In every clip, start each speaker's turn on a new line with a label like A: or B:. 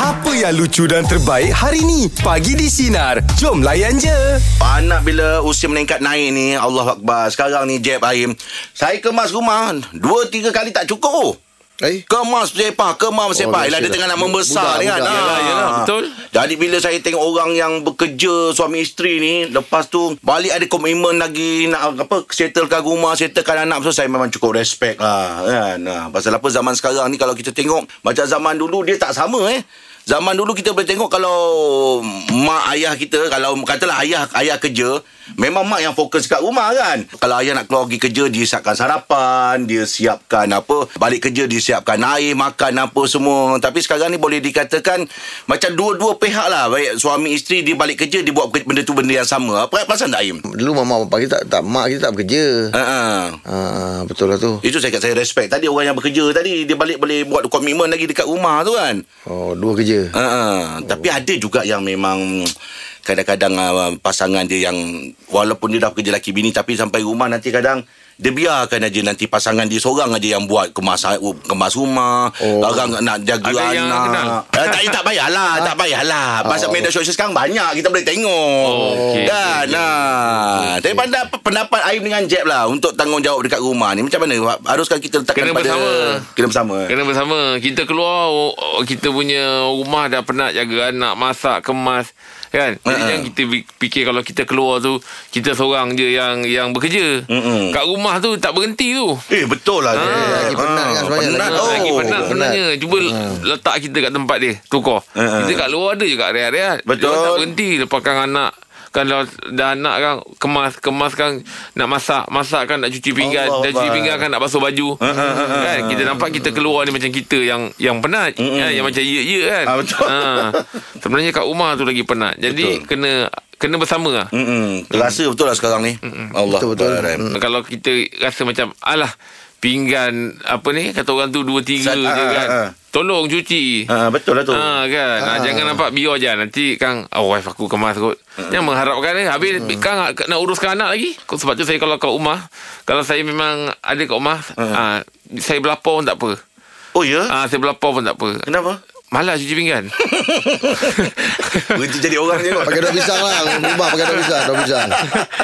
A: Apa yang lucu dan terbaik hari ni? Pagi di Sinar. Jom layan je.
B: Anak bila usia meningkat naik ni Allah Akbar Sekarang ni Jeb Aim Saya kemas rumah Dua tiga kali tak cukup
C: Eh?
B: Kemas sepah Kemas sepah oh, Yelah dia
C: dahsyat.
B: tengah nak membesar
C: Budak,
B: ni kan
C: budak.
B: Ah.
D: Yelah, yelah, betul.
B: Jadi bila saya tengok orang yang bekerja Suami isteri ni Lepas tu Balik ada komitmen lagi Nak apa Settlekan rumah Settlekan anak So saya memang cukup respect lah kan? Ah, Pasal apa zaman sekarang ni Kalau kita tengok Macam zaman dulu Dia tak sama eh Zaman dulu kita boleh tengok kalau mak ayah kita kalau katalah ayah ayah kerja memang mak yang fokus kat rumah kan. Kalau ayah nak keluar pergi kerja dia siapkan sarapan, dia siapkan apa, balik kerja dia siapkan air, makan apa semua. Tapi sekarang ni boleh dikatakan macam dua-dua pihak lah baik suami isteri dia balik kerja dia buat benda tu benda yang sama. Apa perasan tak Im?
C: Dulu mama papa kita tak, tak mak kita tak bekerja.
B: Ha uh-uh.
C: Ah, betul lah tu.
B: Itu saya kat saya respect. Tadi orang yang bekerja tadi dia balik boleh buat komitmen lagi dekat rumah tu kan.
C: Oh, dua kerja.
B: Uh, Tapi ada juga yang memang kadang-kadang uh, pasangan dia yang walaupun dia dah kerja laki bini tapi sampai rumah nanti kadang dia biarkan aja nanti pasangan dia seorang aja yang buat kemas kemas rumah, oh.
C: Oh.
B: barang nak jaga
D: Ada yang
B: anak.
D: kenal?
B: Eh, tak tak payahlah, tak payahlah. Pasal
C: Oh.
B: media sosial sekarang banyak kita boleh tengok.
D: Oh, okey.
B: Kan? Nah. Tapi pandai pendapat Aim dengan Jeb lah untuk tanggungjawab dekat rumah ni macam mana? Haruskah kita letakkan
D: Kena
B: pada
D: bersama.
B: Kena bersama.
D: Kena bersama Kita keluar o- o- Kita punya rumah dah penat Jaga anak Masak Kemas Kan Jadi
B: Mm-mm.
D: jangan kita bi- fikir Kalau kita keluar tu Kita seorang je yang yang bekerja
B: Mm-mm.
D: Kat rumah tu Tak berhenti tu
B: Eh betul lah. Jeb.
D: Ah,
C: lagi penat kan sebenarnya.
B: Penat, Hmm.
D: Ah,
B: oh.
D: Lagi penat sebenarnya Cuba letak kita kat tempat dia Tukar
B: Mm-mm.
D: Kita kat luar ada je kat area-area
B: hmm. Betul.
D: tak berhenti Lepaskan anak kalau dah anak kan kemas kemas kan nak masak masak kan nak cuci pinggan
B: Allah
D: dah cuci
B: Akbar.
D: pinggan kan nak basuh baju
B: Hmm,
D: kan kita nampak kita keluar ni macam kita yang yang penat kan yang macam ye ye kan
B: Hmm, Ah, betul.
D: sebenarnya kat rumah tu lagi penat jadi
B: Betul. Hmm,
D: kena kena bersama lah
B: Mm-mm. Terasa betul lah sekarang ni. Allah.
C: Betul-betul.
B: Akbar.
C: Mm.
D: Hmm. Kalau kita rasa macam Alah Pinggan Apa ni Kata orang tu Dua tiga
B: Sat-
D: je
B: ah, ah,
D: kan
B: ah.
D: Tolong cuci
B: Ah, betul lah tu.
D: Ah kan ah. Jangan nampak biar je Nanti Kang Oh wife aku kemas kot Jangan mengharapkan ni Habis Kang nak- nak uruskan anak lagi Kau- Sebab tu saya kalau kat rumah Kalau saya memang Ada kat rumah ah, Saya berlapar pun tak apa
B: Oh ya.
D: ah, Saya berlapar pun tak apa
B: Kenapa?
D: Malas cuci pinggan
B: Berhenti jadi orang je.
C: Pakai daun pisang lah. Rumah pakai daun pisang, daun pisang.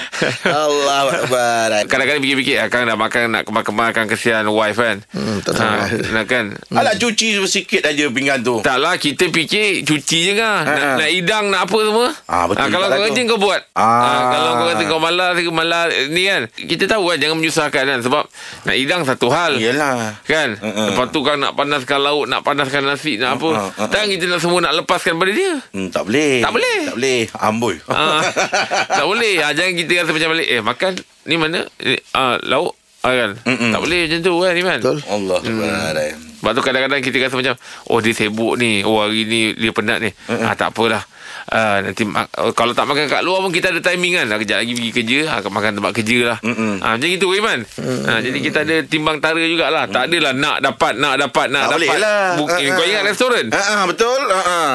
B: Allah Akbar.
D: Kadang-kadang fikir-fikir ah, Kang dah makan Nak kemas-kemas Kang kesian wife kan
C: Hmm, tak salah.
D: nak kan
B: Alah cuci sikit aja pinggan tu.
D: Taklah Oh. lah, kita fikir cuci je kan. Nak,
B: Ha, ha.
D: nak hidang nak apa semua.
B: Ah, betul
D: Ah, kalau
B: juga
D: kau
B: lah
D: rajin
B: tu.
D: kau buat.
B: Ah.
D: Ah, kalau kau kata kau malas kau malas eh, ni kan. Kita tahu kan jangan menyusahkan kan sebab nak hidang satu hal.
B: Yelah.
D: Kan
B: Ha, ha.
D: Lepas tu kan nak panaskan lauk Nak panaskan nasi Nak apa
B: ha, ha.
D: Sekarang kita nak semua Nak lepaskan pada dia
B: Hmm, tak boleh.
D: Tak boleh.
B: Tak boleh. Amboi.
D: ah, Tak boleh ah, Jangan kita rasa macam balik Eh makan Ni mana eh, ah, Lauk ah, kan?
B: Mm-mm.
D: Tak boleh macam tu kan Iman
C: Betul.
B: Allah Akbar.
D: Sebab tu kadang-kadang kita rasa macam Oh dia sibuk ni Oh hari ni dia penat ni uh-uh. ah, Tak apalah ah, Nanti ma- oh, Kalau tak makan kat luar pun Kita ada timing kan ah, Kejap lagi pergi kerja ah, Makan tempat kerja lah
B: Mm-mm.
D: ah, Macam gitu Iman ah, Jadi kita ada timbang tara jugalah Tak adalah nak dapat Nak dapat Nak
B: Tak
D: dapat
B: boleh lah.
D: Buk- eh,
B: Ha, ha.
D: Kau ingat restoran
B: Ha ah, betul. Ha ah.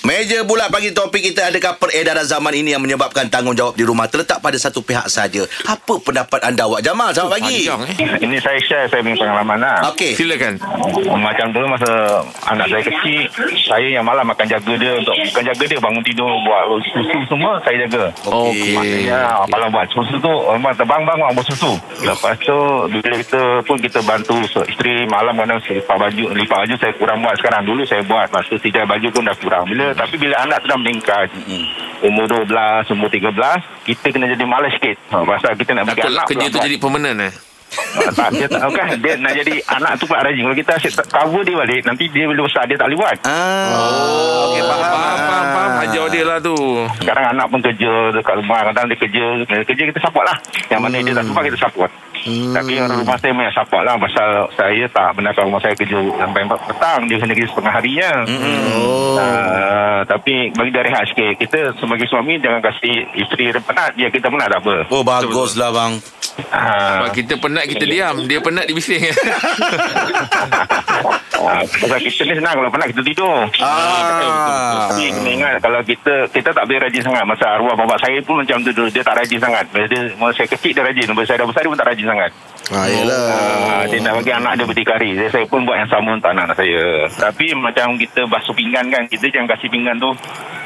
B: Meja bulat pagi topik kita adakah peredaran zaman ini yang menyebabkan tanggungjawab di rumah terletak pada satu pihak saja. Apa pendapat anda awak Jamal? Selamat pagi.
D: Panjang eh
E: Ini saya share saya punya pengalaman lah.
B: Okey.
D: Silakan
E: Macam dulu masa anak saya kecil, saya yang malam akan jaga dia untuk bukan jaga dia bangun tidur buat susu semua saya jaga.
B: Okey.
D: Okey
E: Ya, malam buat susu tu memang terbang bang buat susu. Lepas tu bila kita pun kita bantu so, isteri malam kadang saya lipat baju, lipat baju saya kurang buat sekarang. Dulu saya buat, lepas tu tiga baju pun dah kurang. Bila
D: Hmm.
E: tapi bila anak tu dah meningkat, umur 12, umur 13, kita kena jadi malas sikit. Ha, pasal kita nak bagi
D: Takut
E: anak
D: lah kerja
E: pula
D: tu
E: buat.
D: jadi permanent eh
E: Ah, tak, dia tak bukan dia nak jadi anak tu pak rajin kalau kita asyik tak cover dia balik nanti dia bila besar dia tak boleh buat
B: Ah.
D: Okey faham Faham faham, faham. Hajar dia lah tu
E: sekarang anak pun kerja dekat rumah kadang dia kerja dia kerja kita support lah yang mana dia tak
B: Hmm.
E: support kita support tapi orang rumah saya memang support lah pasal saya tak benarkan rumah saya kerja sampai 4 petang dia kena kerja setengah hari ya
B: Hmm.
C: Oh.
E: Ah, tapi bagi dia rehat sikit kita sebagai suami jangan kasi isteri dia penat dia kita penat tak apa
B: Oh baguslah bang.
E: Ah.
B: Ah.
D: Sebab kita penat kita diam Dia penat dia bising
E: Ah, Pasal kita ni senang Kalau penat kita tidur
B: Ah.
E: Tapi kena ingat Kalau kita Kita tak boleh rajin sangat Masa arwah bapak saya pun Macam tu dulu Dia tak rajin sangat Masa, dia, masa saya kecil dia rajin Masa saya dah besar Dia pun tak rajin sangat
C: Ha yalah.
E: Ah, Dia nak bagi anak dia berdikari saya, saya pun buat yang sama Untuk anak-anak saya Tapi macam kita Basuh pinggan kan Kita jangan kasih pinggan tu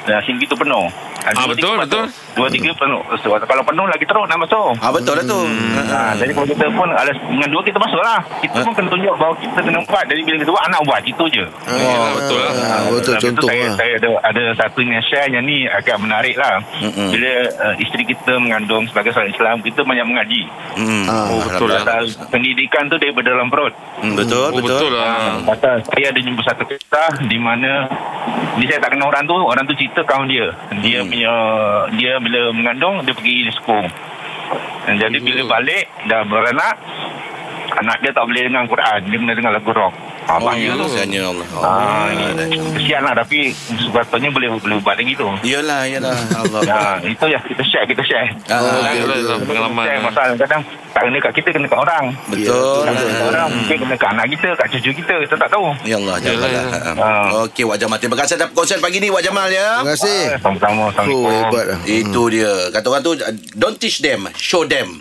E: Nah, singgi tu penuh
D: Ah, betul, betul.
E: Dua tiga penuh so, Kalau penuh lagi teruk nak masuk
B: Ah betul lah tu.
E: Ha, jadi kalau kita pun ada dengan dua kita masuk lah. Kita pun kena tunjuk bahawa kita kena buat. Jadi bila kita buat anak buat itu je.
D: Yelah, betul lah.
C: Ah, Betul
E: Lepas tu
C: contoh
E: saya,
C: lah.
E: saya ada ada satu yang share yang ni agak menarik lah.
B: Mm-mm.
E: Bila uh, isteri kita mengandung sebagai seorang Islam, kita banyak mengaji.
B: Hmm.
C: Ah,
D: Oh, betul lah.
E: Pasal pendidikan tu daripada dalam perut.
B: Hmm, betul,
D: Oh,
B: betul. Ah.
D: betul lah.
E: Pasal saya ada jumpa satu kisah di mana ni saya tak kenal orang tu, orang tu cerita kawan dia. Dia
C: Hmm.
E: punya dia bila mengandung dia pergi sekung. Dan Jadi
C: Hmm.
E: bila balik dah beranak anak dia tak boleh dengar Quran, dia kena dengar lagu rock. Ah,
B: Oh,
E: banyak
B: ya
E: tu.
B: kesiannya Allah.
E: Ah,
B: Allah.
E: kesian lah tapi sepatutnya boleh boleh buat lagi tu.
B: Yalah, yalah. Allah.
E: Nah, itu yang kita share, kita share.
B: Ah,
D: Yelah, yelah, pengalaman.
E: Share pasal kadang tak kena kat kita, kena kat orang.
B: Betul.
E: Kadang kena kat orang, mungkin kena kat anak kita, kat cucu kita, kita tak tahu.
B: Ya Allah, janganlah.
D: Yalah,
B: Ah, ah. Okey, Wak Jamal. Terima kasih atas perkongsian pagi ni, Wak Jamal ya.
C: Terima kasih.
E: Ah, Sama-sama. Assalamualaikum.
C: Oh hebat lah.
B: Itu dia. Kata orang tu, don't teach them, show them.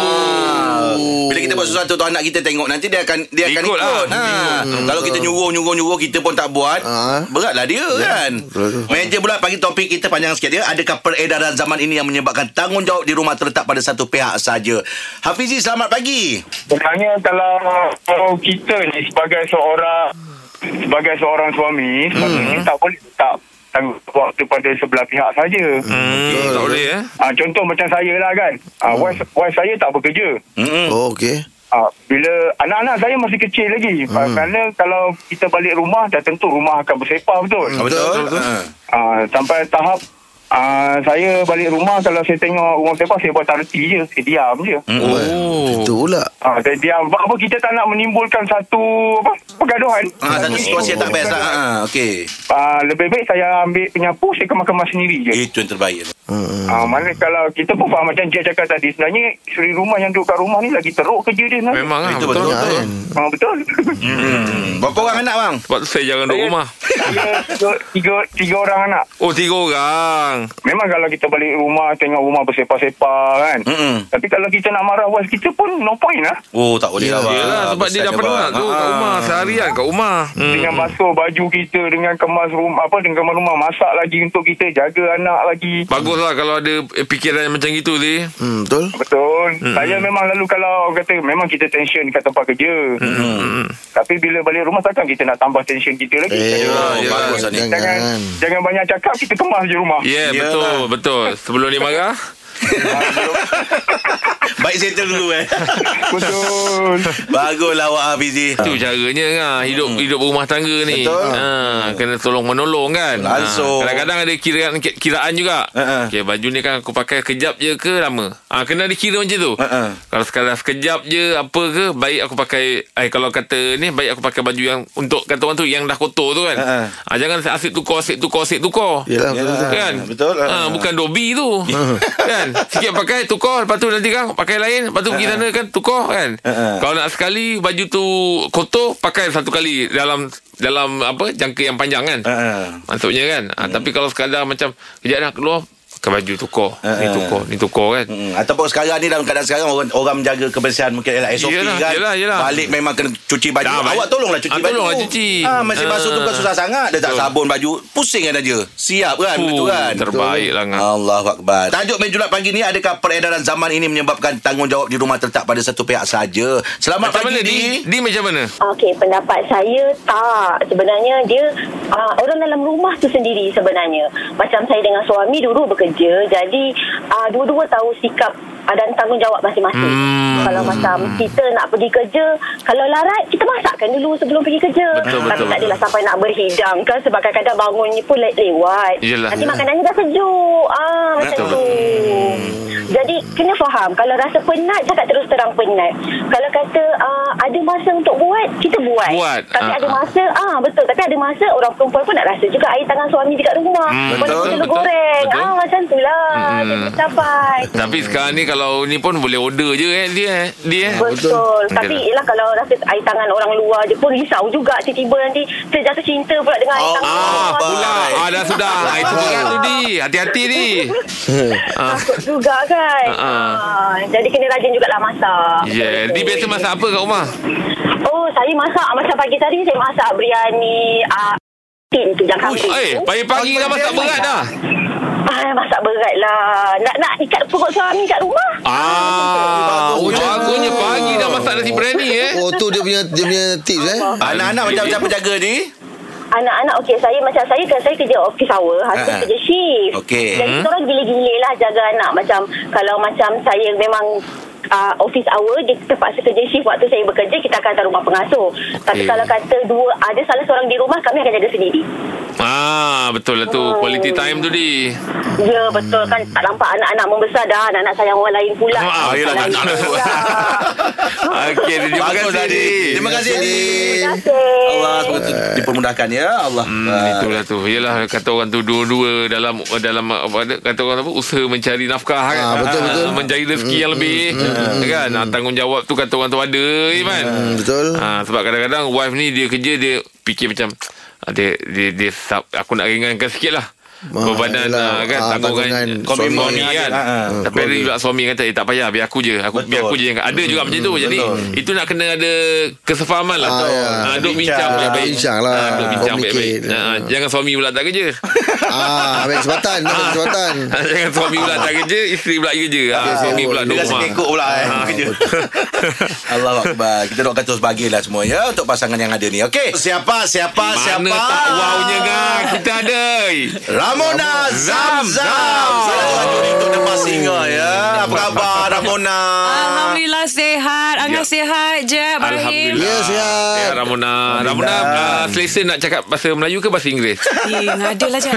B: Ah, Bila kita buat sesuatu tu anak kita tengok nanti dia akan dia akan
D: Ikut
B: ikut.
D: lah.
B: Ha. Kalau kita nyuruh nyuruh nyuruh kita pun tak buat,
C: Ah.
B: beratlah dia kan.
C: betul.
B: Meja pula pagi topik kita panjang sikit dia. Adakah peredaran zaman ini yang menyebabkan tanggungjawab di rumah terletak pada satu pihak saja? Hafizi selamat pagi.
F: Sebenarnya kalau kalau kita ni sebagai seorang sebagai seorang suami sepatutnya tak boleh tak tanggungjawab tu pada sebelah pihak saja.
D: Hmm, tak boleh eh.
F: Ah contoh macam saya lah kan. Ah wife, wife saya tak bekerja.
B: Hmm.
C: Oh okey.
F: Ah bila anak-anak saya masih kecil lagi.
B: Hmm.
F: Ah, kerana kalau kita balik rumah dah tentu rumah akan bersepah betul.
B: Betul. Ah.
F: Ah sampai tahap ah saya balik rumah kalau saya tengok rumah bersepah saya buat tarti je, saya diam je.
B: Hmm.
D: Oh.
C: Itu pula.
F: Ah saya diam sebab apa kita tak nak menimbulkan satu apa pergaduhan.
B: Ah, satu situasi yang tak best lah. Ah, okey.
F: Uh, lebih baik saya ambil penyapu saya kemas-kemas sendiri je.
B: Itu yang terbaik.
C: Hmm.
F: Ah, mana kalau kita pun faham macam Jack cakap tadi sebenarnya isteri rumah yang duduk kat rumah ni lagi teruk kerja dia sebenarnya.
D: Memang lah.
B: Itu
D: Betul.
B: betul.
C: Ya,
D: betul.
C: kan?
F: Ah, betul.
B: Hmm. Berapa orang anak bang?
D: Sebab tu saya jangan duduk rumah.
F: tiga, tiga, tiga, tiga orang anak.
D: Oh, tiga orang.
F: Memang kalau kita balik rumah tengok rumah bersepah-sepah kan.
B: Mm-mm.
F: Tapi kalau kita nak marah wife kita pun no point lah.
B: Hmm, Oh tak boleh lah bang.
D: Yelah, sebab dia dah
B: Besarnya,
D: penat
B: bang.
D: tu kat
B: Ah.
D: rumah. Seharian kat rumah. Hmm.
F: Dengan basuh baju kita, dengan kemas rumah apa dengan kemas rumah, masak lagi untuk kita, jaga anak lagi.
D: Baguslah kalau ada eh, fikiran yang macam itu ni.
C: Hmm betul.
F: Betul.
D: Hmm,
F: Mm-hmm. Saya memang lalu kalau kata memang kita tension kat tempat kerja.
D: Hmm,
F: Mm-hmm. Tapi bila balik rumah takkan kita nak tambah tension kita lagi.
C: Eh,
B: Oh,
D: yelah.
B: bagus lah ni.
C: Jangan.
F: jangan jangan banyak cakap kita kemas je rumah.
D: Ya, yeah,
B: Yelah.
D: betul, betul. Sebelum dia marah.
B: Baik settle dulu eh.
F: Betul.
B: Baguslah awak Hafizi.
D: Itu caranya kan hidup hidup berumah tangga
B: Ah.
D: ni.
B: Hmm. Betul.
D: Ha, kena tolong menolong kan. Ha,
B: Langsung.
D: kadang-kadang ada kiraan ki- kiraan juga.
B: Ha, ha.
D: Okey, baju ni kan aku pakai kejap je ke lama. Ah ha, kena dikira macam tu.
B: Ha, ha.
D: Kalau sekadar sekejap je apa ke baik aku pakai eh kalau kata ni baik aku pakai baju yang untuk kata orang tu yang dah kotor tu kan.
B: Ha, ha.
D: ha, jangan asyik tukar asyik tukar asyik tukar.
C: Yalah betul.
B: Yalah.
C: betul.
D: kan
B: betul.
D: ha,
B: Ah.
D: bukan dobi tu kan sikit pakai tukar lepas tu nanti kan pakai lain lepas tu pergi sana kan tukar kan
B: Ah.
D: kalau nak sekali baju tu kotor pakai satu kali dalam dalam apa jangka yang panjang kan
B: Ah, ah.
D: maksudnya kan ha,
B: Hmm.
D: tapi kalau sekadar macam kejap nak keluar pakai baju tukar ni
B: Ah.
D: tukar ni tukar kan
B: Hmm, ataupun sekarang ni dalam keadaan sekarang orang orang menjaga kebersihan mungkin ialah SOP
D: Yelah,
B: kan.
D: yelah, yelah.
B: Balik memang kena cuci baju.
D: Dah,
B: Awak
D: baik.
B: tolonglah cuci
D: Ah,
B: baju.
D: tolonglah cuci.
B: Ah masih
D: Ah.
B: basuh tu bukan susah sangat. Dia tak
D: Betul.
B: sabun baju. Pusing kan aja. Siap kan
D: Fuh,
B: begitu kan.
D: terbaik lah kan
B: Allah Akbar. Tajuk menjulat pagi ni adakah peredaran zaman ini menyebabkan tanggungjawab di rumah terletak pada satu pihak saja. Selamat pagi
D: macam mana
B: ni.
D: di di macam mana
G: Okey, pendapat saya tak. Sebenarnya dia uh, orang dalam rumah tu sendiri sebenarnya. Macam saya dengan suami dulu bekerja, jadi uh, dua-dua tahu sikap uh, dan tanggungjawab masing-masing.
D: Hmm.
G: Kalau macam kita nak pergi kerja, kalau larat kita masakkan dulu sebelum pergi kerja.
D: Betul,
G: Tapi
D: betul,
G: tak
D: betul.
G: adalah sampai nak berhidang kan sebab kadang-kadang bangunnya pun le- lewat.
D: Yelah.
G: Nanti
D: Yelah.
G: makanannya dah sejuk. Ah macam
D: Betul,
G: tu. Jadi kena faham kalau rasa penat cakap terus terang penat. Kalau kata uh, ada masa untuk buat, kita buat.
D: Buat.
G: Tapi
D: Ah,
G: ada
D: ah.
G: masa ah betul tapi ada masa orang perempuan pun nak rasa juga air tangan suami dekat rumah.
D: Hmm,
G: Boleh
B: betul,
G: telur
D: betul,
G: goreng.
D: betul.
G: Ah macam tulah.
D: Hmm.
G: Hmm. Jadi capai.
D: Tapi sekarang ni kalau ni pun boleh order je eh dia eh. Dia eh.
G: Betul.
C: betul.
G: betul. Tapi
D: Okey.
G: ialah kalau rasa air tangan orang luar je pun risau juga tiba-tiba nanti terjatuh cinta pula dengan air
B: Oh,
G: tangan.
B: ah,
G: orang luar.
D: Pula ah, dah sudah. Ah, itu kan tu di. Hati-hati ni. Ah.
G: Takut juga kan.
D: Ah, ah.
G: Ah, jadi kena rajin jugalah masak.
D: Yeah, di Ya, biasa masak apa kat rumah?
G: Oh, saya masak macam pagi tadi saya masak biryani ah tin tu jangan
D: Ush, eh, pagi-pagi dah masak berat dah.
G: Ah, masak berat lah. Nak nak ikat perut suami kat rumah.
D: Ah, oh,
C: Bagusnya.
D: bagusnya pagi dah masak nasi berani eh.
C: Oh tu dia punya dia punya tips eh.
B: Anak-anak macam macam penjaga ni.
G: Anak-anak okey saya macam saya kan saya kerja office hour, husband
B: Ah.
G: kerja shift.
B: Okey.
G: Jadi kita orang gila-gila lah jaga anak macam kalau macam saya memang Uh, office hour dia terpaksa kerja shift waktu saya bekerja kita akan hantar rumah pengasuh tapi
D: Okey.
G: kalau kata dua ada salah seorang di rumah kami akan jaga sendiri
D: Ah, betul lah tu. Quality time tu di.
G: ya betul kan tak nampak anak-anak membesar dah anak-anak sayang orang lain pula
D: Ah, yelah, tak nak. Okey, Di, terima
B: Bagus,
C: lah,
D: kasih.
B: Adi.
D: Di.
B: Terima kasih Adi.
G: terima kasih
B: Allah semoga tu dipermudahkan ya Allah.
D: Hmm, itulah tu. Yalah kata orang tu dua-dua dalam dalam apa ada kata orang apa usaha mencari nafkah kan.
C: Ah, betul, betul. Mm,
D: mencari rezeki yang lebih kan. Ah, tanggungjawab tu kata orang tu ada eh, kan.
C: Hmm, mm. betul.
D: Ha, sebab kadang-kadang wife ni dia kerja dia fikir macam "Ah, dia dia, dia sub, aku nak ringankan sikit lah Bebanan
C: yelah.
D: ah, kan
C: Ah, tanggungan
D: tanggungan
B: suami.
D: komitmen suami kan.
B: Ah, ah.
D: Tapi ada juga suami kata eh tak payah biar aku je. Aku
B: Betul.
D: biar aku je yang ada juga macam tu. Jadi itu nak kena ada kesefahaman lah.
C: Ah,
D: tu.
C: ya.
D: Ah, duduk bincang
B: Bincang.
D: baik-baik.
C: Bincang lah.
D: Ah, duduk bincang baik-baik.
C: Communicate.
D: Ah, ah, jangan suami pula tak kerja. Ah,
C: Ah, ambil kesempatan, ambil kesempatan.
D: jangan suami pula tak kerja, isteri pula kerja. Ah,
C: Okey,
D: suami
C: okey.
D: pula
B: Dia
D: duduk
B: rasa
D: rumah.
B: kekok pula eh. Kerja. Allah Akbar. Kita doakan terus bahagialah semua ya untuk pasangan yang ada ni. Okey.
C: Siapa siapa
D: Mana tak wownya kan kita ada.
B: Ramona Zam Zam. Salah satu untuk lepas singa ya. Apa khabar Ramona?
H: Alhamdulillah sihat. Angah
D: Ya.
H: sihat je. Ibrahim.
D: Alhamdulillah.
C: Ya, sihat.
D: Ya, Ramona. Ramona, uh, selesa nak cakap bahasa Melayu ke bahasa Inggeris?
H: Eh, ngada lah je.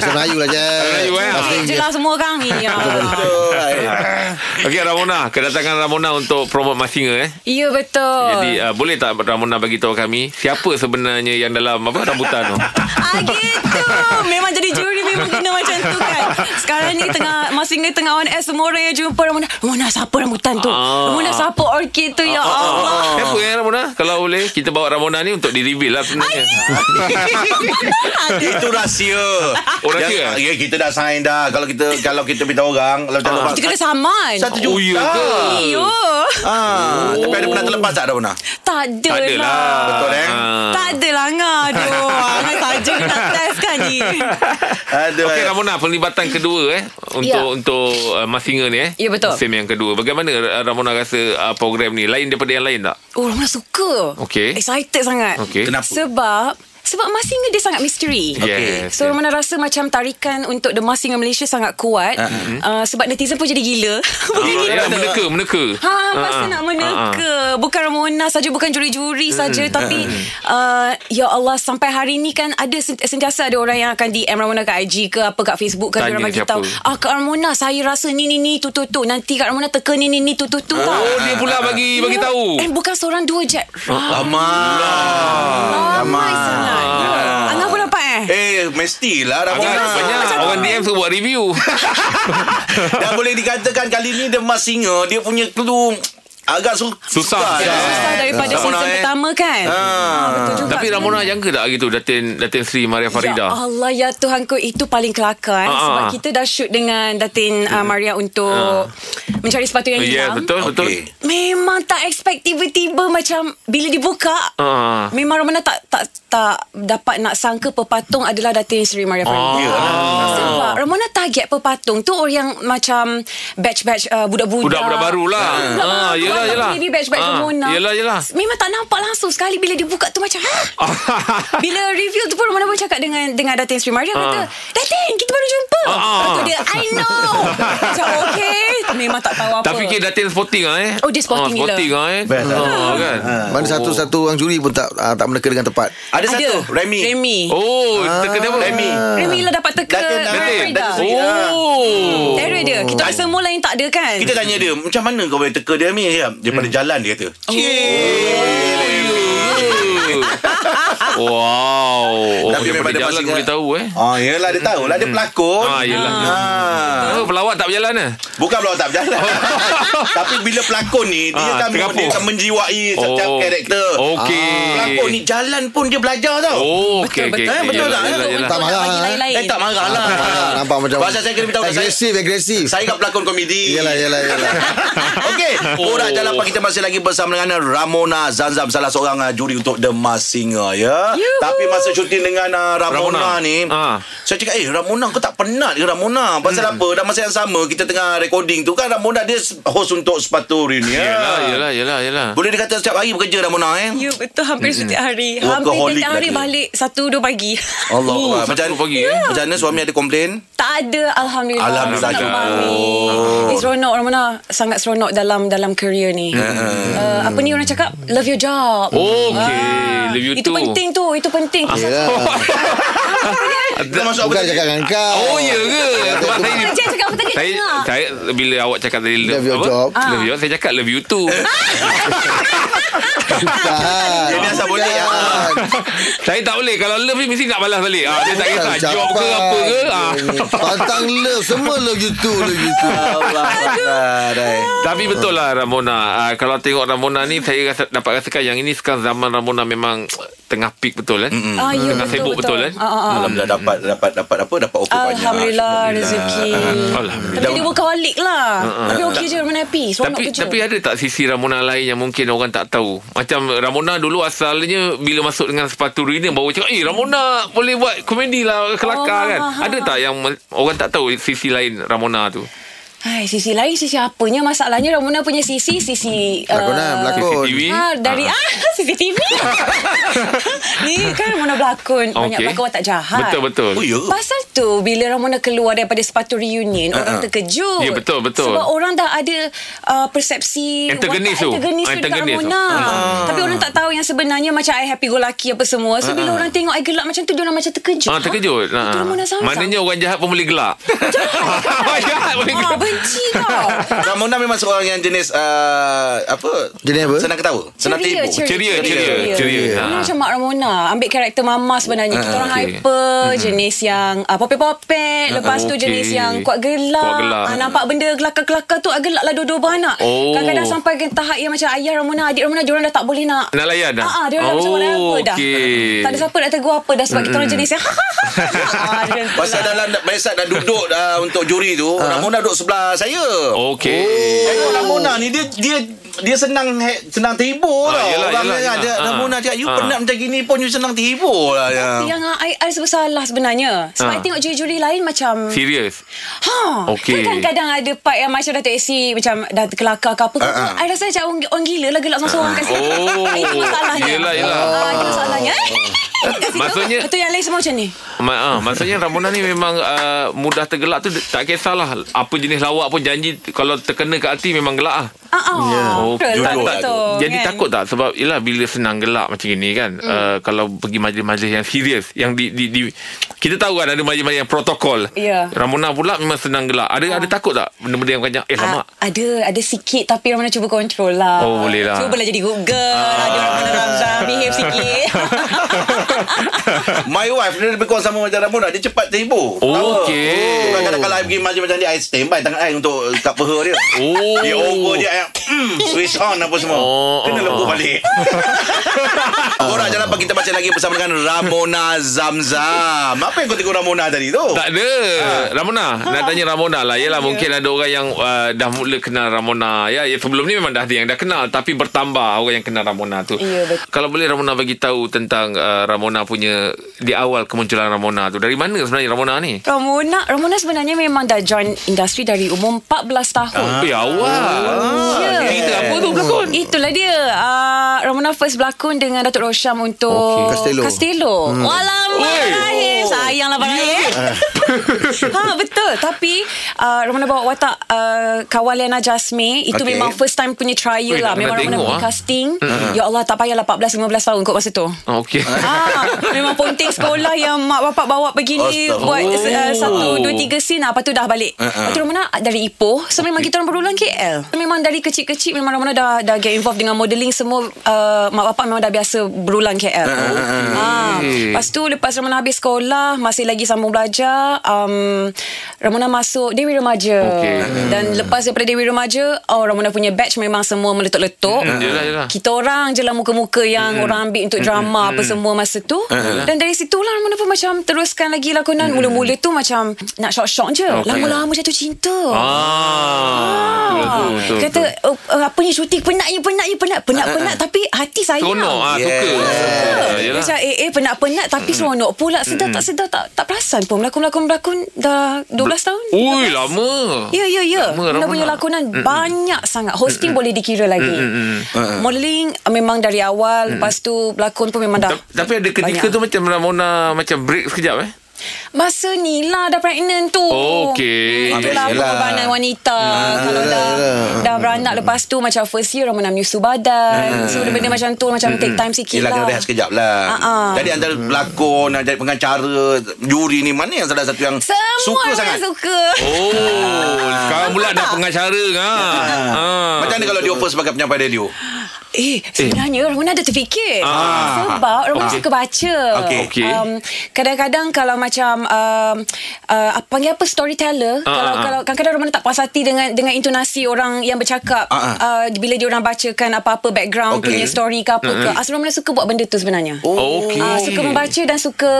C: Asal Melayu lah je.
D: Melayu, eh?
C: Bahasa
H: Eh, je
C: Inggeris.
H: lah semua orang ni. Ya.
B: eh.
D: Okey Ramona, kedatangan Ramona untuk promote Masinga eh.
H: Ya betul.
D: Jadi uh, boleh tak Ramona bagi tahu kami siapa sebenarnya yang dalam apa rambutan tu?
H: Ah gitu Memang jadi juri Memang kena macam tu kan Sekarang ni tengah Masing ni tengah on air Semua orang yang jumpa Ramona Ramona siapa rambutan tu
D: Ah.
H: Ramona siapa orchid tu Ya Allah
B: Oh.
D: Siapa eh Ramona? Kalau boleh kita bawa Ramona ni untuk di reveal lah sebenarnya.
B: Itu rahsia.
D: Oh, rahsia,
B: Yang- Ya kita dah sign dah. Kalau kita kalau kita beritahu orang, kalau kita lepas
H: Kita kena saman
B: satu
D: Oh, ya
B: juta.
D: ke?
H: Yo
B: Ah, tapi ada pernah terlepas tak Ramona?
H: Tak ada
D: Tak
H: lah
D: adalah.
B: Betul, eh?
D: Ah.
H: Tak ada lah Angah Aduh Angah saja ni nak test kan ni
B: Ada.
D: Okey Ramona, pelibatan kedua eh untuk
H: Ya.
D: untuk uh, Masinga ni eh.
H: Ya, betul.
D: Musim yang kedua. Bagaimana uh, Ramona rasa uh, program ni lain daripada yang lain tak?
H: Oh Ramona suka
D: Okey.
H: Excited sangat
D: Okey.
B: Kenapa?
H: Sebab Sebab Masinga dia sangat misteri
D: Yes.
H: So Ramona rasa macam tarikan untuk The Masinga Malaysia sangat kuat uh, Sebab netizen pun jadi gila
D: mm-hmm. Ah,
H: Bukan gila
D: ya, meneka, meneka. Ah,
H: Ha, pasal nak meneka. Bukan Ramona saja, bukan juri-juri
D: Hmm.
H: saja. Tapi, uh, ya Allah, sampai hari ni kan ada sent- sentiasa ada orang yang akan DM Ramona kat IG ke apa kat Facebook kan.
D: Tanya
H: Orang bagi
D: siapa?
H: tahu, ah, Kak Ramona, saya rasa ni, ni, ni, tu, tu, tu. Nanti Kak Ramona teka ni, ni, ni, tu, tu, tu. tau.
D: Oh, dia pula bagi bagi
H: Ya,
D: tahu.
H: And bukan seorang dua je.
B: Ramai.
H: Ah.
B: Ah.
H: Ramai sangat. Ya. Angah pun dapat eh?
B: Eh, mestilah Ramona.
D: Agak banyak
H: macam
D: orang
H: tu.
D: DM suruh buat review.
B: Dan boleh dikatakan kali ni The Mas Singer dia punya clue agak su-
D: Susah.
H: Susah daripada
B: Ramona,
H: season
B: eh.
H: pertama kan. Ah, betul juga.
D: Tapi Ramona jangka tak hari tu Datin, Datin Sri Maria
H: Ya
D: Farida
H: Allah ya Tuhanku itu paling kelakar eh?
D: Ah,
H: sebab
D: ah.
H: kita dah shoot dengan Datin uh, Maria untuk mencari sepatu yang
D: Ya
H: hilang.
D: betul betul
B: Okey.
H: Memang tak expect tiba-tiba macam bila dibuka
D: Ah.
H: memang Romana tak tak tak dapat nak sangka pepatung adalah Datin Sri Maria Farida.
D: Ah.
H: Sebab Romana target pepatung tu orang yang macam batch-batch uh, budak-budak.
D: Budak-budak barulah.
H: Budak-budak
D: Ah,
H: baru,
D: yelah,
H: orang
D: yelah.
H: Baby batch-batch
D: Ah,
H: Romana.
D: yelah, yelah.
H: lah. Memang tak nampak langsung sekali bila dibuka tu macam ha. Bila review tu pun Romana pun cakap dengan dengan Datin Sri Maria
D: Ah.
H: kata, "Datin, kita baru jumpa Ah,
D: Ah, ah.
H: Lepas tu dia I know Macam okay Memang tak tahu apa
D: Tapi kita Datin sporting lah eh
H: Oh, dia
D: Ah,
H: sporting
D: Sporting lah eh
B: Best lah.
D: Ah, kan
C: Mana satu-satu orang juri pun tak ah, tak meneka dengan tepat.
B: Ada satu Remy
H: Remy
D: Oh
B: Ah.
D: Tekan apa
B: Remy
H: Remy lah dapat teka
B: Datin-
D: Datin
H: Datin dah.
B: Datin-
D: Oh
H: Terror dia Kita orang semua lain tak ada kan
B: Kita tanya dia Macam mana kau boleh teka dia ni Dia Daripada
D: Hmm.
B: jalan dia kata
H: Oh.
D: Wow Oh,
B: Tapi memang
D: daripada
B: ada
D: jalan
B: masa-
D: boleh tahu eh
B: Ah, yelah dia tahu lah Dia pelakon
D: Ah, yelah.
B: Ah.
D: Oh, pelawat tak berjalan eh?
B: Bukan pelawak tak berjalan Tapi bila pelakon ni Dia
D: Ah,
B: kan
D: terkapur.
B: Dia akan menjiwai Setiap
D: Oh.
B: karakter
D: Okey.
B: Ah, Pelakon ni jalan pun dia belajar tau
D: Oh, okey okey.
H: Betul,
D: okey.
B: betul. Betul
D: Yelah,
B: tak, eh?
D: yelah, yelah.
C: Tak marah.
H: Bagi
C: eh.
H: lain-lain
B: Eh tak marah lah
C: Ah, Nampak macam
B: Pasal saya kena minta orang saya,
C: agresif, agresif.
B: saya kan pelakon komedi
C: Yalah, yalah, yalah.
B: Okey, oh. Borak Jalan Pagi kita masih lagi bersama dengan Ramona Zanzam salah seorang uh, juri untuk The Mask Singer ya.
H: Yuhu.
B: Tapi masa syuting dengan uh, Ramona,
D: Ramona.
B: ni,
D: Ah. Hmm.
B: saya cakap, "Eh Ramona kau tak penat ke Ramona? Pasal apa? Dalam masa yang sama kita tengah recording tu kan Ramona dia host untuk Sepatu Rin ya.
D: Yelah, yelah, yelah, yelah.
B: Boleh dikata setiap hari bekerja Ramona eh.
H: You Ya, betul hampir setiap hari
B: Workaholic
H: Hampir setiap hari
B: lagi.
H: balik Satu dua pagi
B: Allah
D: Oh,
B: oh, macam
D: satu pagi, eh?
B: Macam mana suami ada komplain?
H: Tak ada Alhamdulillah
B: Alhamdulillah.
D: Oh.
H: Senang memahami. Eh, Seronok Ramona Sangat seronok dalam dalam career ni
D: Hmm.
H: uh, Apa ni orang cakap Love your job Ah.
D: Oh, okey. Love you too.
H: Itu
D: Ah.
H: penting tu Itu penting
C: Yalah.
B: Kita masuk
C: Bukan cakap dengan kau.
D: Oh, ya ke? Sebab saya
H: Apa Encik cakap apa tadi
D: saya,
H: Dengar.
D: saya bila awak cakap tadi
C: Love your job.
H: Ah.
D: Love your saya cakap love you too.
C: Bukan.
B: Dia biasa boleh, ah.
C: Bukan.
D: saya tak boleh kalau love ni mesti nak balas balik. Ah dia tak kisah
C: Bukan
D: job ke
C: ucapan.
D: apa ke. Ah. Ya
C: Pantang love Semua love you too Love you too
B: Allah Allah.
D: Tapi betul lah Ramona uh, Kalau tengok Ramona ni Saya rasa, dapat rasakan Yang ini sekarang zaman Ramona Memang Tengah peak betul eh mm
H: Ah, ya,
D: Tengah sibuk betul, eh
H: Ah, ah, ah.
B: Alhamdulillah dapat dapat dapat apa dapat offer banyak.
H: Alhamdulillah rezeki
D: Alhamdulillah. Uh-uh.
H: Tapi dia workaholic lah Tapi okey je Ramona happy Seronok
D: Tapi
H: kerja
D: tapi ada tak sisi Ramona lain yang mungkin orang tak tahu? Macam Ramona dulu asalnya bila masuk dengan sepatu Rina baru cakap, "Eh Ramona boleh buat komedi lah kelakar
H: Oh,
D: kan."
H: ha, ha,
D: Ada
H: ha.
D: tak yang ma- orang tak tahu sisi lain Ramona tu?
H: Hai, sisi lain sisi apanya masalahnya Ramona punya sisi sisi uh,
C: Lakonan Lakon
D: CCTV.
H: Ah, dari ah, CCTV. Ni kan Ramona berlakon. Banyak
D: Okey.
H: berlakon orang tak jahat.
D: Betul betul. Ah,
B: Oh ya. ke?
H: Pasal tu bila Ramona keluar daripada sepatu reunion orang terkejut.
D: Ya, betul, betul.
H: Sebab orang dah ada uh, persepsi
D: Antagonis
H: watak
D: tu.
H: Antagonis tu dekat
D: Antagonis tu. Ah.
H: Ramona. Tapi orang tak tahu yang sebenarnya macam I happy go lucky apa semua. So bila orang tengok I gelap macam tu dia orang macam terkejut.
D: Ah terkejut.
H: Ha? Itu
D: Ha.
H: Ramona Zamzam.
D: Maknanya orang jahat pun boleh gelak. jahat boleh
H: Ah,
D: gelak.
H: benci tau.
B: Ramona memang seorang yang jenis uh, apa?
C: Jenis apa?
B: Senang ketawa. Senang
H: Ceria,
B: tipu.
D: Ceria, ceria,
H: ceria.
D: ceria.
H: Ramona
D: Ha. Ah,
H: macam Mak Ramona Ambil karakter mama sebenarnya Kita
D: okey. Hmm.
H: orang
D: Ah,
H: hyper Jenis yang uh, Popek-popek Lepas tu
D: okey.
H: jenis yang Kuat gelak,
D: Kuat gelak.
H: Ah, Nampak benda gelakar-gelakar tu ah, Gelak lah dua-dua beranak
D: Oh.
H: Kadang-kadang sampai ke tahap yang Macam ayah Ramona Adik Ramona Diorang dah tak boleh nak
D: Nak layan dah?
H: Ah, ah, Diorang dah macam
D: Oh,
H: whatever dah
D: okey. Hmm.
H: Tak ada siapa nak tegur apa dah Sebab kita orang jenis yang ha, Ah, macam tu
B: Pasal
H: lah.
B: dalam Maisat dah duduk dah untuk juri tu,
C: Ah.
B: Ramona duduk sebelah saya.
D: Okey.
B: Tengok Ramona ni dia dia dia senang he- senang terhibur
D: Ah,
B: tau.
D: yelah,
B: Orang
D: yelah,
B: dia
D: yelah.
B: dia-
D: Ah.
B: Ramona cakap you
D: Ah.
B: penat macam gini pun you senang terhibur lah. ya.
H: yang ah, I, I bersalah sebenarnya Sebab
D: Ah.
H: I tengok juri-juri lain macam
D: Serius.
H: Ha,
D: Okey.
H: kan kadang-kadang ada part yang macam Dato' Eksi macam dah terkelakar ke apa ke.
B: Ah, ah.
H: I rasa macam orang, orang gila lah gelak seorang-seorang kat situ.
D: Oh.
H: Itu masalahnya.
D: Yelah, yelah. Oh.
H: Ah, itu masalahnya. Kat situ.
D: Maksudnya-
H: Betul yang lain semua macam ni.
D: Ma- ah, maksudnya Ramona ni memang uh, mudah tergelak tu tak kisahlah apa jenis lawak pun janji kalau terkena kat hati memang gelak ah.
H: Ah, ah. Betul
D: tak,
H: lah,
D: tak,
H: betul,
D: Jadi
H: kan? Hmm.
D: takut tak sebab ialah bila senang gelak macam ini kan mm. uh, kalau pergi majlis-majlis yang serius yang di, di, di kita tahu kan ada majlis-majlis yang protokol.
H: Ya.
D: Ramona pula memang senang gelak. Ada ada takut tak benda-benda yang macam eh lama.
H: Ah, ada ada sikit tapi Ramona cuba kontrol lah.
D: Oh, boleh lah. Ah.
H: Cubalah jadi good girl. Ada Ramona Ramzan behave sikit.
B: My wife dia lebih kurang sama macam Ramona, dia cepat terhibur. Tawa.
D: Okey.
B: Kadang-kadang kalau I pergi majlis macam ni I standby tangan I untuk kat peha dia.
D: Oh.
B: Dia over dia I, mm, Switch on apa semua
D: Oh,
B: Kena
D: oh,
B: lembu
D: oh.
B: balik Orang jalan pagi kita baca lagi Bersama dengan Ramona Zamzam Apa yang kau tengok Ramona tadi tu?
D: Tak ada
H: Ah.
D: Ramona Nak tanya Ramona lah
H: Ya.
D: Yelah mungkin ada orang yang uh, Dah mula kenal Ramona ya, ya sebelum ni memang dah ada yang dah kenal Tapi bertambah Orang yang kenal Ramona tu
H: Ya, betul.
D: Kalau boleh Ramona bagi tahu Tentang uh, Ramona punya Di awal kemunculan Ramona tu Dari mana sebenarnya Ramona ni?
H: Ramona Ramona sebenarnya memang dah join industri dari umur 14 tahun.
D: Oh, eh awal
H: Ya.
D: Ah, Dia cerita apa tu berlakon?
H: Itulah dia. Uh, Ramona first berlakon dengan Datuk Rosham untuk
C: Okey. Castello.
H: Castello. Hmm.
D: Oi.
H: Alamak,
D: Oh. Ya.
H: Rahim. Sayanglah Pak Rahim. ha betul tapi uh, Romana bawa watak uh, kawan Liana Jasmine itu
B: Okey.
H: okay. memang first time punya
D: Weh,
H: trial lah
D: nak
H: memang
D: kena
H: Romana
D: tengok,
H: pergi
D: ah.
H: casting ya Allah tak payahlah 14 15 tahun kot masa tu
D: Oh, okey.
H: Ah, memang ponting sekolah yang mak bapak bawa pergi ni
B: Astaga.
H: buat uh,
D: Oh.
H: satu dua tiga scene lah, lepas tu dah balik.
B: Uh-uh.
H: Uh-uh. Lepas tu Romana dari Ipoh, so memang kita orang berulang KL. Memang dari kecil-kecil memang Romana dah dah get involved dengan modelling semua uh, mak bapak memang dah biasa berulang KL. Uh-uh. Ah, lepas tu lepas Romana habis sekolah masih lagi sambung belajar, um, Romana masuk Dewi Remaja.
D: Okey.
H: Dan lepas daripada Dewi Remaja, oh Romana punya batch memang semua meletup-letup.
D: Hmm, yelah, yelah.
H: Kita orang je lah muka-muka yang
D: Hmm.
H: orang ambil untuk drama apa semua masa tu.
D: Ha.
H: Dan dari situlah Ramona pun macam teruskan lagi
D: Hmm.
H: lakonan. Mula-mula tu macam nak syok-syok je.
D: Okay.
H: Lama-lama jatuh cinta.
D: Ah. Betul, betul, betul, Ah,
H: Kata "Oh, uh, apa ni syuting penatnya penatnya penat penat-penat tapi hati sayang.
D: Seronok ah
B: Yeah.
D: suka. Ah,
H: Dia
D: Yalah. Hmm.
H: Macam eh eh penat-penat tapi seronok pula sedar tak sedar tak tak perasan pun melakon-lakon-lakon dah 12 tahun.
D: Ui
H: 13.
D: lama.
H: Ya, ya, ya.
D: Lama, lah.
H: Bunda
D: lama
H: punya
D: nak.
H: lakonan banyak sangat. Hosting boleh dikira lagi. Modeling eh, memang dari awal. Lepas tu berlakon pun memang dah.
D: Ta- Tapi ada ketika
H: banyak.
D: tu macam Ramona macam break sekejap eh.
H: Masa Nila dah pregnant tu.
D: Oh, okey.
H: Hmm,
B: Habis je lah. Ah,
H: Itulah pengorbanan wanita. Kalau dah dah beranak lepas tu macam first year orang menyusu badan. So, benda-benda macam tu macam take time
B: Ah.
H: sikit
B: Yelah kena
H: lah.
B: rehat sekejap lah
H: Ah-ah.
B: Jadi antara pelakon Jadi pengacara Juri ni Mana yang salah satu yang
H: Semua
B: Suka
H: orang
B: sangat
H: suka.
D: Oh,
B: Ah.
D: sekarang pula dah
H: tak?
D: pengacara kan. Ah.
B: Macam mana kalau dia offer sebagai penyampai radio
H: Eh, sebenarnya eh. Ramona ada terfikir.
D: Ah.
H: Sebab Ramona
D: Okey.
H: okay. suka baca.
B: Okey.
D: Okey.
H: Um, kadang-kadang kalau macam um, uh, apa- panggil apa storyteller,
D: Ah,
H: kalau
D: ah, ah.
H: kalau kadang-kadang Ramona tak puas hati dengan dengan intonasi orang yang bercakap
B: Ah, ah.
H: uh, bila dia orang bacakan apa-apa background
B: Okey.
H: punya story ke apa ke. Asal Ramona suka buat benda tu sebenarnya.
D: Ah, Okey.
H: Ah, suka membaca dan suka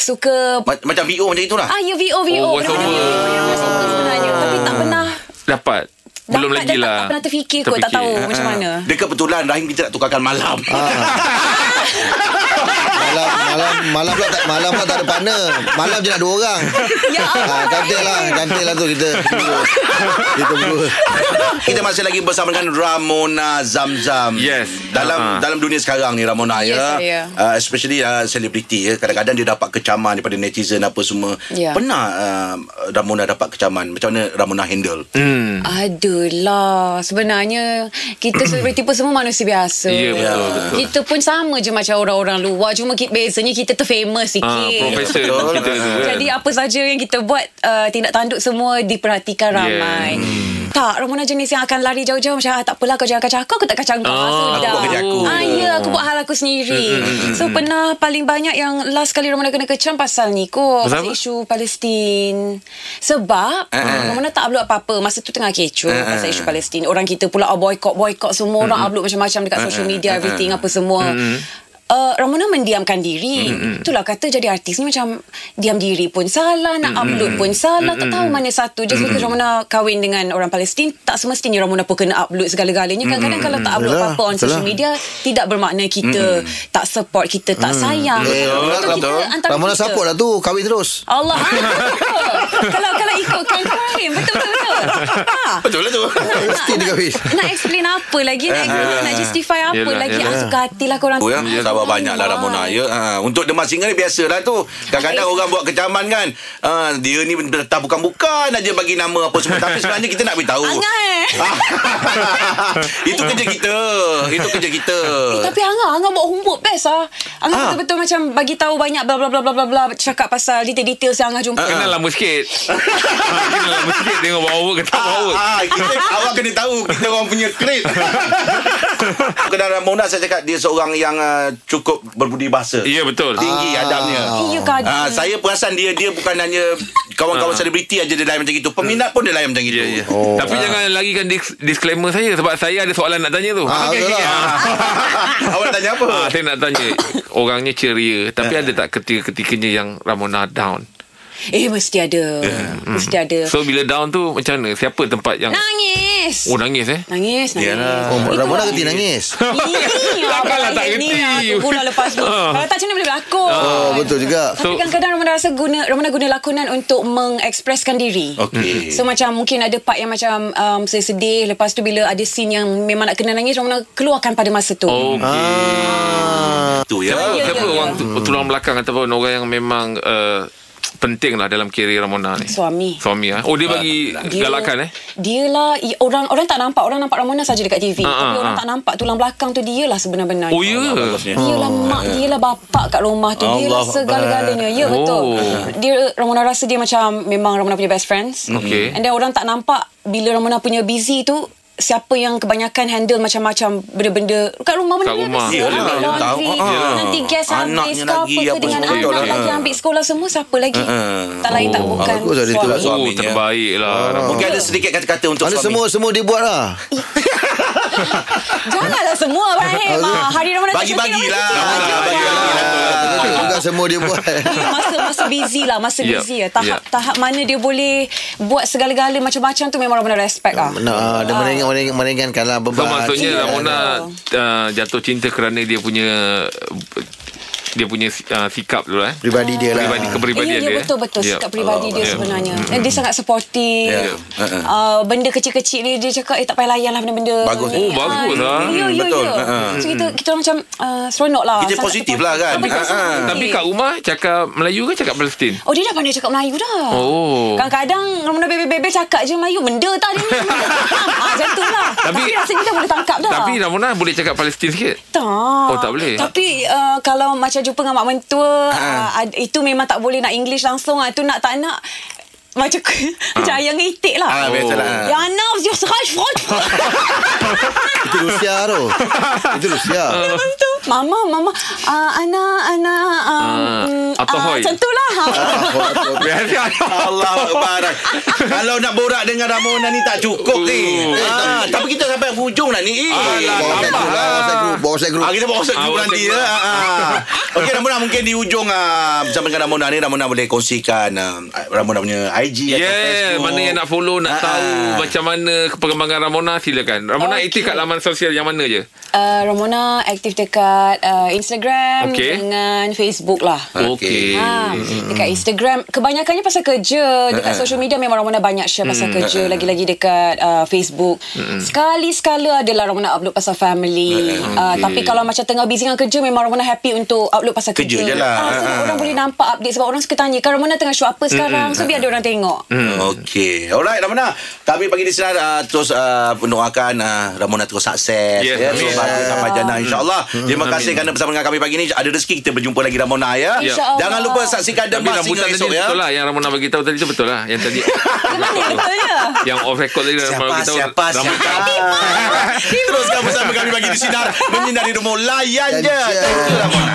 H: suka
B: Ma- Macam VO macam itulah
H: ah ya VO VO.
D: Oh,
H: Ramona
D: voiceover.
H: VO yang Ramona suka sebenarnya. Tapi tak pernah
D: Dapat. Belum
H: dapat
D: lagi
H: dan
D: lah. Ah,
H: Tak pernah terfikir kot, tak tahu macam mana.
B: Dia kebetulan Rahim kita nak tukarkan malam
H: Ah.
C: Malam malam malam pula tak malam pula tak ada partner. Malam je nak dua orang.
H: Ya Allah.
C: Ha, cantik lah, cantik lah tu kita. Kita berdua.
B: Kita masih lagi bersama dengan Ramona Zamzam.
D: Yes.
B: Dalam
D: Ha.
B: dalam dunia sekarang ni Ramona
H: Yes,
B: ya.
H: saya.
B: Uh, especially uh, selebriti ya. Kadang-kadang dia dapat kecaman daripada netizen apa semua.
H: Ya.
B: Pernah uh, Ramona dapat kecaman? Macam mana Ramona handle?
D: Hmm.
H: Adalah Sebenarnya Kita selebriti pun semua manusia biasa
D: Ya, betul, betul.
H: Kita pun sama je macam orang-orang luar Cuma ki- bezanya kita terfamous sikit
D: Ah, profesor
B: Betul. lah.
D: kita tu kan.
H: Jadi apa saja yang kita buat uh, Tindak tanduk semua diperhatikan
B: Ya.
H: ramai
B: Hmm.
H: Tak, Ramona jenis yang akan lari jauh-jauh Macam ah, tak apalah kau jangan kacau aku Aku tak kacau kau
D: Ah,
H: Sudah.
B: aku buat kerja aku. Hmm,
H: ah, Ya, aku buat hal aku sendiri So pernah paling banyak yang Last kali Ramona kena kecam pasal ni kot
D: Pasal
H: Pasal,
D: apa?
H: isu Palestin Sebab
B: Ah,
H: Ramona tak upload apa-apa Masa tu tengah kecoh Pasal isu Palestin Orang kita pula oh, boycott Boycott
B: Hmm,
H: semua orang upload macam-macam
B: Ah,
H: Dekat social media everything Apa semua Uh, Ramona mendiamkan diri Itulah kata jadi artis ni macam Diam diri pun salah Nak upload pun salah Tak tahu mana satu Just because Ramona kahwin dengan orang Palestin Tak semestinya Ramona pun kena upload segala-galanya Kadang-kadang kalau tak upload
C: Yalah, lah.
H: apa-apa on social media Tidak bermakna kita Tak support kita Tak sayang
C: Eh,
H: Itu
C: Ramona-
H: kita antara
C: Ramona
H: kita.
C: support lah tu, kahwin terus.
H: Allah ah, Kalau kalau ikutkan crime Betul betul betul ha.
B: Betul lah tu.
C: Mesti dia kahwin.
H: Nak explain apa lagi Nak, nak justify apa
D: Yelah,
H: lagi
D: yelah.
H: ah, Suka hatilah korang
B: Oh, ya, sabar banyak lah Ramona ya. Ha, untuk demam singa ni biasalah tu. Kadang-kadang orang buat kecaman kan. Uh, dia ni tak bukan-bukan aja bagi nama apa semua. Tapi sebenarnya kita nak beritahu.
H: Angai
B: Itu kerja kita. Itu kerja kita.
D: Ha.
H: Tapi Angah Angah buat homework best ah. Angah
B: Ah.
H: betul-betul macam Bagi tahu banyak bla bla bla bla bla bla Cakap pasal detail-detail Yang Angah jumpa
D: Kenal lama sikit. Ah, Kenal lama sikit tengok bawa ke tak bawa.
B: Ah, ah, kita, awak kena tahu kita orang punya kredit. Kedalam Mona saya cakap dia seorang yang uh, cukup berbudi bahasa.
D: Ya betul.
B: Tinggi adabnya.
D: Ha.
H: Iya kadang
B: Ah, saya perasan dia dia bukan hanya kawan-kawan selebriti aja dia layan macam itu. Peminat pun dia layan macam itu.
D: Ah. Ya, ya. Oh. Tapi jangan lagikan dis- disclaimer saya sebab saya ada soalan nak tanya tu.
C: Ah,
D: Okey,
C: betul
D: okey,
C: lah.
D: okey.
B: Awak tanya apa?
D: Ah, saya nak tanya Orangnya ceria Tapi ada tak ketika-ketikanya Yang Ramona down
H: Eh mesti ada Mesti ada
D: Ya. So bila down tu Macam mana Siapa tempat yang
H: Nangis
D: Oh nangis eh
H: Nangis Nangis
B: Yalah.
C: Oh,
H: Itulah.
C: Ramona keti nangis.
H: Ini
D: Takkanlah lah, tak
H: Ni
D: kerti.
H: aku pula lepas tu
D: Ah.
H: Kalau tak macam mana boleh berlakon Ah.
C: Oh, betul juga.
H: Tapi
D: So-
H: kadang-kadang Ramona rasa guna Ramona guna lakonan untuk mengekspreskan diri.
B: Okey.
D: Hmm.
H: So macam mungkin ada part yang macam um, saya sedih lepas tu bila ada scene yang memang nak kena nangis Ramona keluarkan pada masa tu.
D: Oh
B: Itu ya.
D: Siapa
H: ya, ya.
D: orang tu, tulang belakang Ataupun orang yang memang uh, penting lah dalam kiri Ramona ni?
H: Suami.
D: Suami ah. Oh dia bagi galakan eh.
H: Dia lah i- orang orang tak nampak, orang nampak Ramona saja dekat TV.
D: Ah,
H: Tapi
D: ah,
H: orang
D: ah.
H: tak nampak tulang belakang tu dia lah sebenar-benar.
D: Oh ya.
B: Bagusnya.
H: Dia lah mak, dia lah bapak kat rumah tu. Dia lah
B: Allah
H: segala-galanya. Ya
D: Akbar.
H: betul.
D: Oh.
H: Dia Ramona rasa dia macam memang Ramona punya best friends.
D: Okey.
H: And then orang tak nampak bila Ramona punya busy tu siapa yang kebanyakan handle macam-macam benda-benda kat rumah
D: Kat
H: benda-benda
D: rumah.
H: biasa.
B: Yelah,
H: ambil
B: yang tahu.
H: laundry
B: Ah, ah.
H: nanti gas habis
B: Anaknya
H: ke apa
B: lagi,
H: ke
B: apa
H: dengan
B: semua.
H: anak
D: Betul lah.
H: lagi ambil sekolah semua siapa lagi
B: Mm-mm.
H: tak lain tak
D: Oh.
H: bukan
C: Bagus lah dia tu.
H: suami.
D: Oh
B: Suaminya.
D: terbaik lah Ramona.
B: Mungkin ada sedikit kata-kata untuk
C: Mana
B: suami.
C: semua semua dia buat lah
H: Janganlah semua Ibrahim Ah, Hari Ramadan tak cuti,
B: Bagi-bagilah.
H: Ramadan tak cuti.
B: Bagi-bagilah.
C: lah.
H: Ya.
C: Dia juga semua dia buat
H: Ini masa masa busy lah masa
D: Yep.
H: busy lah tahap
D: Yep.
H: tahap mana dia boleh buat segala-gala macam-macam tu memang Ramadan respect lah
C: Nah, ah, dia meringan, meringan, meringankan lah
D: So
C: beban.
D: maksudnya
H: Iya,
D: Ramona uh, jatuh cinta kerana dia punya dia punya uh, sikap dulu eh.
C: Pribadi dia lah.
D: Peribadi kepribadian
H: ya, ya,
D: dia.
H: betul betul
D: Ya.
H: sikap peribadi dia
D: Ya.
H: sebenarnya Dan dia sangat supportive
B: Ya. Ha-ha.
H: uh, benda kecil-kecil ni dia cakap eh tak payah layan lah benda-benda
B: Bagus. eh.
D: Oh, bagus lah.
H: ya ya
B: Betul.
H: ya
B: Ha-ha.
H: so kita kita orang macam uh, seronok lah
B: Kita
H: Sangat
B: positif
H: supportive.
B: lah kan?
H: Ah, betul,
B: Ha-ha.
H: sangat positif.
D: Tapi kat rumah cakap Melayu ke cakap Palestin?
H: Oh dia dah pandai cakap Melayu dah
D: Oh.
H: Kadang-kadang Ramona bebel-bebel cakap je Melayu Benda tak dia ni ha, Macam tu lah Tapi,
D: Tapi-
H: rasanya dah boleh tangkap dah
D: Tapi Ramona boleh cakap Palestin sikit.
H: tak.
D: Oh, tak boleh? Ha.
H: Tapi uh, kalau macam jumpa dengan mak mentua, uh, ad- itu memang tak boleh nak English langsung. ah. Itu nak tak nak macam macam ayam dengan itik lah.
B: Ah, biasalah.
H: Ya Ana, you seraj front.
C: Itu Rusia tu. Itu Rusia.
H: Lepas tu, mama, mama, uh, Ana, Ana, um,
D: Ah,
H: mm,
D: Atohoy.
H: ah, macam tu lah.
D: Biasa.
B: Allah Akbar Kalau nak borak dengan Ramona ni tak cukup ni
D: Uh.
B: ah, Tapi kita sampai hujung lah ni
D: Alah,
B: Alah,
C: Bawa WhatsApp
D: tambah
C: group lah.
D: lah.
C: WhatsApp group. Bawa WhatsApp group.
B: Ah, kita bawa WhatsApp
D: Ah,
B: group
D: WhatsApp
B: nanti
D: group.
B: ya. Ah, ah. Okey Ramona mungkin di ujung ah, bersama dengan Ramona ni Ramona boleh kongsikan ah, Ramona punya IG atau
D: Yeah,
B: Facebook.
D: Ya, mana yang nak follow, nak
B: Ah,
D: tahu
B: ah.
D: macam mana perkembangan Ramona silakan. Ramona
H: Okey.
D: aktif kat laman sosial yang mana je?
H: Uh, Ramona aktif dekat uh, Instagram
D: Okey.
H: dengan Facebook lah.
D: Okey.
B: Mm,
H: Ha, dekat Instagram Kebanyakannya pasal kerja
B: Eh,
H: Dekat social media Memang Ramona banyak share Pasal
B: Mm,
H: kerja Lagi-lagi dekat uh, Facebook Sekali-sekala Adalah Ramona upload Pasal
B: Eh,
H: family uh, Tapi kalau macam Tengah busy dengan kerja Memang Ramona happy Untuk upload pasal kerja
B: Kerja je lah.
H: Ah, Sebab
B: Ah. Mm,
H: orang boleh nampak update Sebab orang suka tanya Kan Ramona tengah show apa sekarang So biar ada orang tengok
B: Hmm. Okey. Alright Ramona. Kami pagi di sini uh, terus uh, mendoakan uh, Ramona terus sukses
D: Yes,
B: ya.
D: amin.
B: Terus bagus sampai jannah insya-Allah. Terima kasih kerana bersama dengan kami pagi ni ada rezeki kita berjumpa lagi Ramona ya.
H: Ya.
B: Jangan lupa saksikan
D: Tapi
B: Demas
D: rambutan
B: hingga
D: tadi
B: esok ya.
D: betul lah Yang Ramona bagi tahu tadi tu betul lah Yang tadi
H: Mana betulnya
D: Yang off record tadi Ramona
B: Siapa
D: bagi tahu
B: siapa siapa.
D: rambutan.
B: Ah. Teruskan bersama kami pagi di sinar menyinari rumah layan je.
C: Dan je.
B: Thank you Ramona.